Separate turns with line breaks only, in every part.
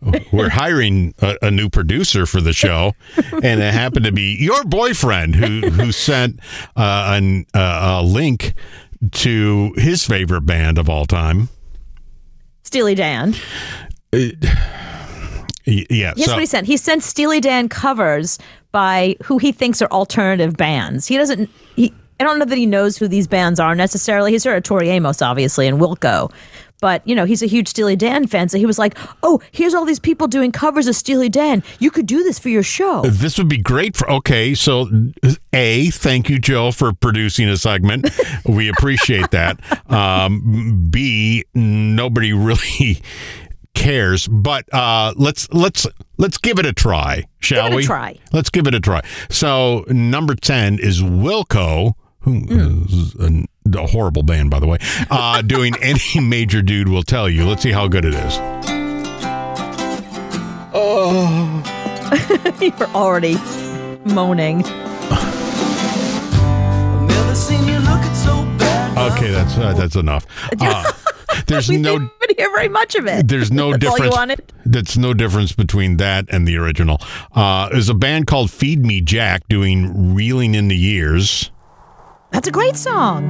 we're hiring a, a new producer for the show, and it happened to be your boyfriend who who sent uh, an, uh, a link to his favorite band of all time.
Steely Dan.
Y- Yeah,
Here's
so
what he sent. He sent Steely Dan covers by who he thinks are alternative bands. He doesn't. He, I don't know that he knows who these bands are necessarily. He's heard of Tori Amos, obviously, and Wilco. But you know he's a huge Steely Dan fan, so he was like, "Oh, here's all these people doing covers of Steely Dan. You could do this for your show."
this would be great for. Okay, so a thank you, Joe, for producing a segment. we appreciate that. Um, B nobody really cares, but uh, let's let's let's give it a try, shall
it a
we?
try.
Let's give it a try. So number ten is Wilco, who
Hmm.
is a, a horrible band, by the way. Uh, doing any major dude will tell you. Let's see how good it is.
You're already moaning.
I've never seen you looking so bad.
Okay, that's uh, that's enough. Uh, there's
We
no
didn't hear very much of it.
there's no
That's all you
difference.
wanted?
That's no difference between that and the original. Uh, there's a band called Feed Me Jack doing "Reeling in the Years."
That's a great song.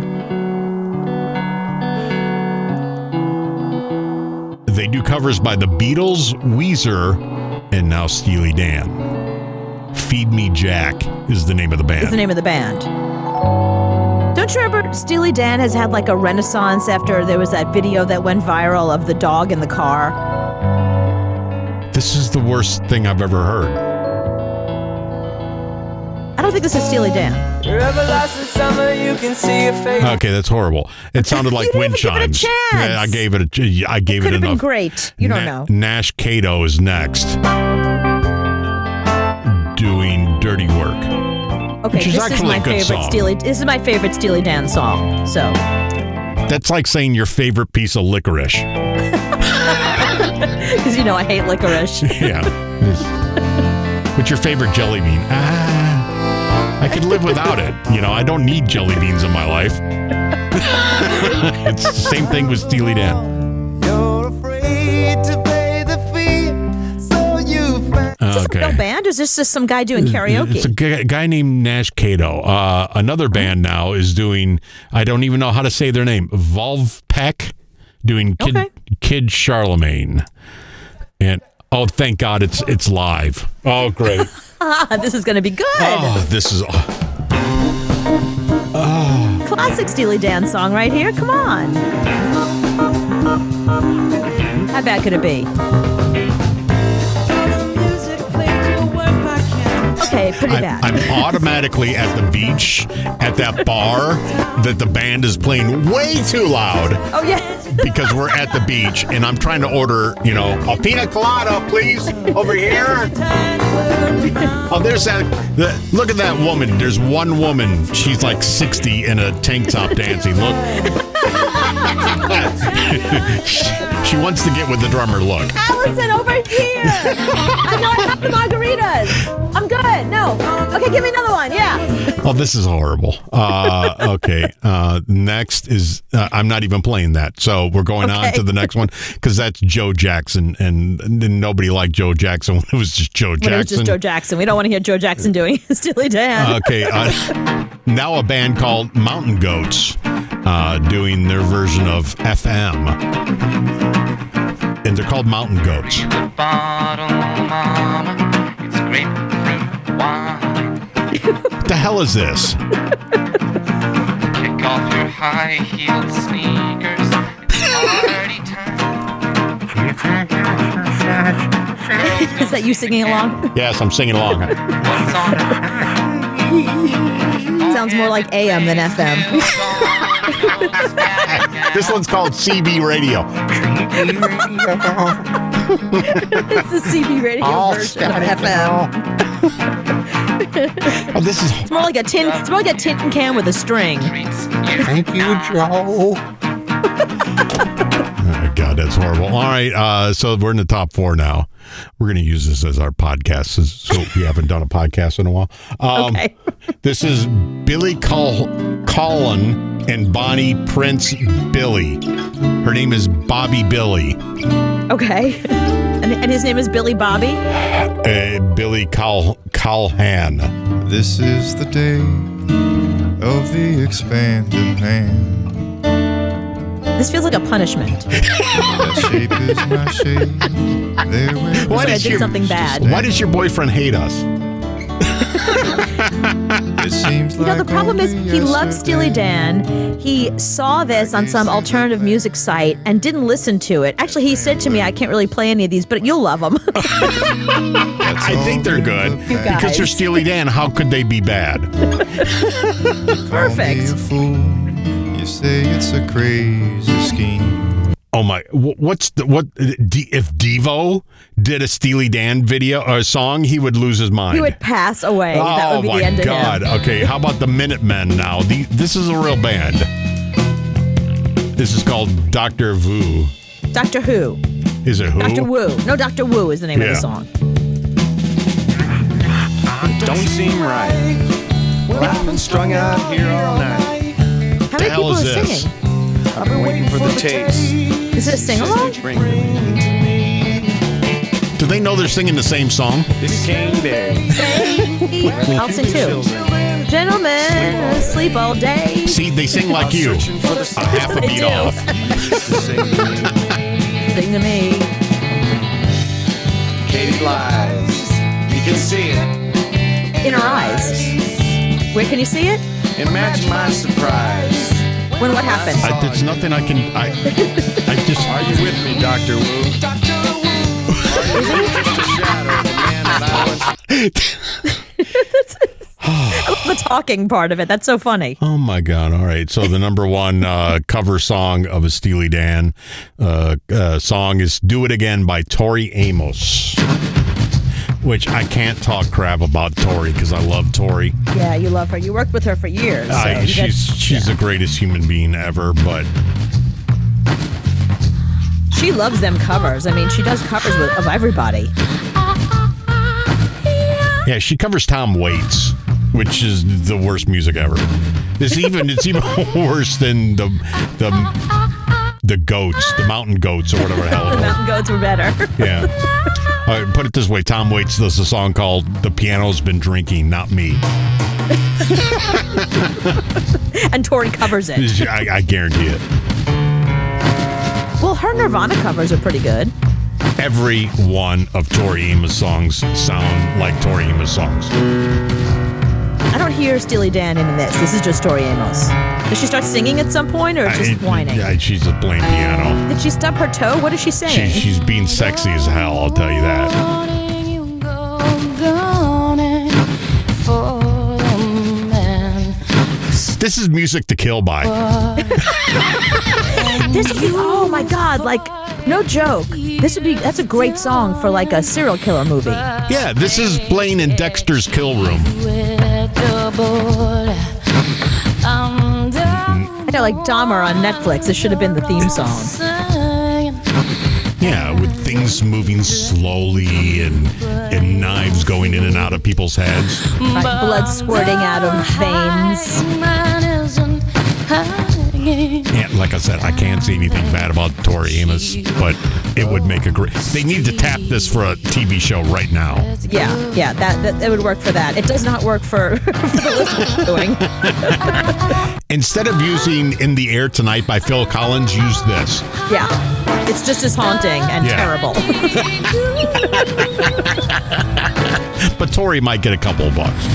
They do covers by the Beatles, Weezer, and now Steely Dan. Feed Me Jack is the name of the
Is
band.
the name of the band. Don't you remember Steely Dan has had like a renaissance after there was that video that went viral of the dog in the car?
this is the worst thing I've ever heard.
I don't think this is Steely Dan.
Wherever last in summer, you can see your face.
Okay, that's horrible. It sounded like
didn't
wind
even give it a
chimes.
chance.
Yeah, I gave it a. ch- I gave
Could
it
have been
enough.
great. You don't
Na-
know.
Nash Cato is next. Doing dirty work.
Okay,
which is
this is
actually
my
a good
favorite
song.
Steely. This is my favorite Steely Dan song. So
That's like saying your favorite piece of licorice.
because you know I hate licorice.
Yeah. It's- What's your favorite jelly bean? Ah, I could live without it. You know, I don't need jelly beans in my life. it's the same thing with Steely Dan.
You're afraid to pay the fee, so you find.
Is this a real band or is this just some guy doing
It's
karaoke?
a gu- guy named Nash Cato. Uh, another band now is doing, I don't even know how to say their name, Volve Peck, doing Kid,
Okay.
Kid Charlemagne. And oh, thank God it's it's live. Oh, great.
Ah, this is going to be good.
oh, this is.
Classic Steely Dan song right here. Come on. How bad could it be? Okay, pretty
I'm,
bad.
I'm automatically at the beach at that bar that the band is playing way too loud
oh yeah.
because we're at the beach and I'm trying to order, you know, a pina colada, please, over here. Oh, there's that. The, look at that woman. There's one woman. She's like 60 in a tank top dancing. Look. she, she wants to get with the drummer. Look.
Allison, over here. I know I have the margaritas. I'm good. No. Okay, give me another one. Yeah.
Oh, this is horrible. Uh, okay. Uh, next is uh, I'm not even playing that. So we're going on
Okay.
to the next one because that's Joe Jackson, and, and nobody liked Joe Jackson when it was just Joe
When it was
Jackson.
just Joe Jackson. We don't want to hear Joe Jackson doing Steely Dan.
okay. Uh, now a band called Mountain Goats uh, doing their version of FM. And they're called Mountain Goats.
the bottle, mama. It's grapefruit wine.
What the hell is this?
Kick off your high-heeled sneakers. It's party time.
Is that you singing along?
Yes, I'm singing along.
What's on her mind?
Sounds more like AM than FM.
This one's called CB Radio.
It's the CB radio
All
version of
static.
FM.
Oh, this is
It's more like a tin. It's more like a tin can with a string.
Treats you
Oh, God, that's horrible. All right, uh, so we're in the top four now. We're going to use this as our podcast. This is- So we haven't done a podcast in a while. Um,
Okay.
This is Billy Col- Colin and Bonnie Prince Billy. Her name is Bobby Billy.
Okay. And, and his name is Billy Bobby.
Uh, Billy Col- Colhan.
This is the day of the expanding hand.
This feels like a punishment.
That shape is my shape. There will
Why
What
did
I did
you-
something bad.
Why does your boyfriend hate us?
It seems
You know, the
like
problem is
only
he loves Steely
yesterday.
Dan. He saw this on some alternative music site and didn't listen to it. Actually, he said to me, I can't really play any of these, but you'll love them.
That's
I think they're good
all in the
You
because
guys.
they're Steely Dan. How could they be bad?
Call me
Perfect.
a fool. You say it's a crazy scheme.
Oh my! wh- What's the what? D, if Devo did a Steely Dan video or song, he would lose his mind.
he would pass away.
oh
that would be
my
the end
God!
of him.
Okay, how about the Minutemen now? The, this is a real band. This is called Doctor Vu.
Doctor Who.
Is it who?
Doctor Woo. No, Doctor Woo is the name of
Yeah.
the song.
Don't seem right. Well, I've been strung out here all night.
How many
hell
people
is
are
this?
singing?
I've been waiting for the tapes.
Is it a sing along?
Bring them.
Do they know they're singing the same song?
This came day.
I'll sing too. Gentlemen, sleep all day.
See, they sing like you.
Searching for the
A half a
They
beat
do.
off.
to sing.
Sing to me.
Katie lies. You can see it.
In her eyes. Where can you see it?
Imagine my surprise.
When what happened?
I, there's nothing I can. I, I just.
Are you with me, Dr. Wu? Are you just a shadow of the man that I was?
the talking part of it. That's so funny.
Oh my God! All right, so the number one uh, cover song of a Steely Dan uh, uh, song is "Do It Again" by Tori Amos, which I can't talk crap about Tori because I love Tori.
Yeah, you love her. You worked with her for years. so
I,
you
Ah, she's
guys-
she's the greatest human being ever. But
she loves them covers. I mean, she does covers with, of everybody.
yeah, she covers Tom Waits, which is the worst music ever. It's even it's even worse than the the the goats, the mountain goats, or whatever the hell
The
it was.
mountain goats were better.
Yeah. All right, put it this way Tom Waits does a song called The Piano's Been Drinking, Not Me.
and Tori covers it.
I, I guarantee it.
Well, her Nirvana covers are pretty good.
Every one of Tori Amos' songs sound like Tori Amos' songs.
I don't hear Steely Dan in this. This is just Tori Amos. Does she start singing at some point or
I-
just whining?
I- she's a blame piano.
Did she stub her toe? What is she
She,
saying?
she's being sexy as hell, I'll tell you that. This is music to kill by.
This would be, oh my god, like no joke. This would be that's a great song for like a serial killer movie.
Yeah, this is Blaine and Dexter's Kill Room.
I know, like Dahmer on Netflix. This should have been the theme song.
Yeah, with things moving slowly and, and knives going in and out of people's heads.
Like blood squirting out of veins.
Yeah, like I said, I can't see anything bad about Tori Amos, but it would make a great. They need to tap this for a TV show right now.
Yeah, yeah, that, that that would work for that. It does not work for, for the list we're doing.
Instead of using "In the Air Tonight" by Phil Collins, use this.
Yeah, it's just as haunting and
Yeah.
terrible.
But Tori might get a couple of bucks.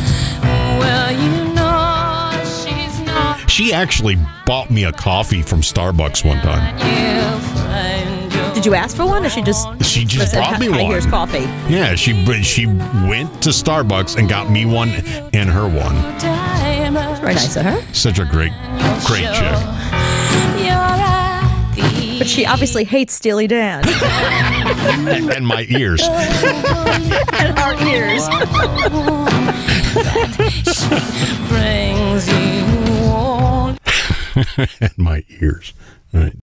Well, you know she's not
She actually bought me a coffee from Starbucks one time.
you find your
Did you ask for one, or she just
She just
said,
brought me
"Hi, here's
one.
coffee"?
Yeah, she but she went to Starbucks and got me one and her one.
time
Very nice of her.
Such a great, great chick.
You're at the
But she obviously hates Steely Dan
And my ears.
and our ears.
brings you warm.
and my ears. All right.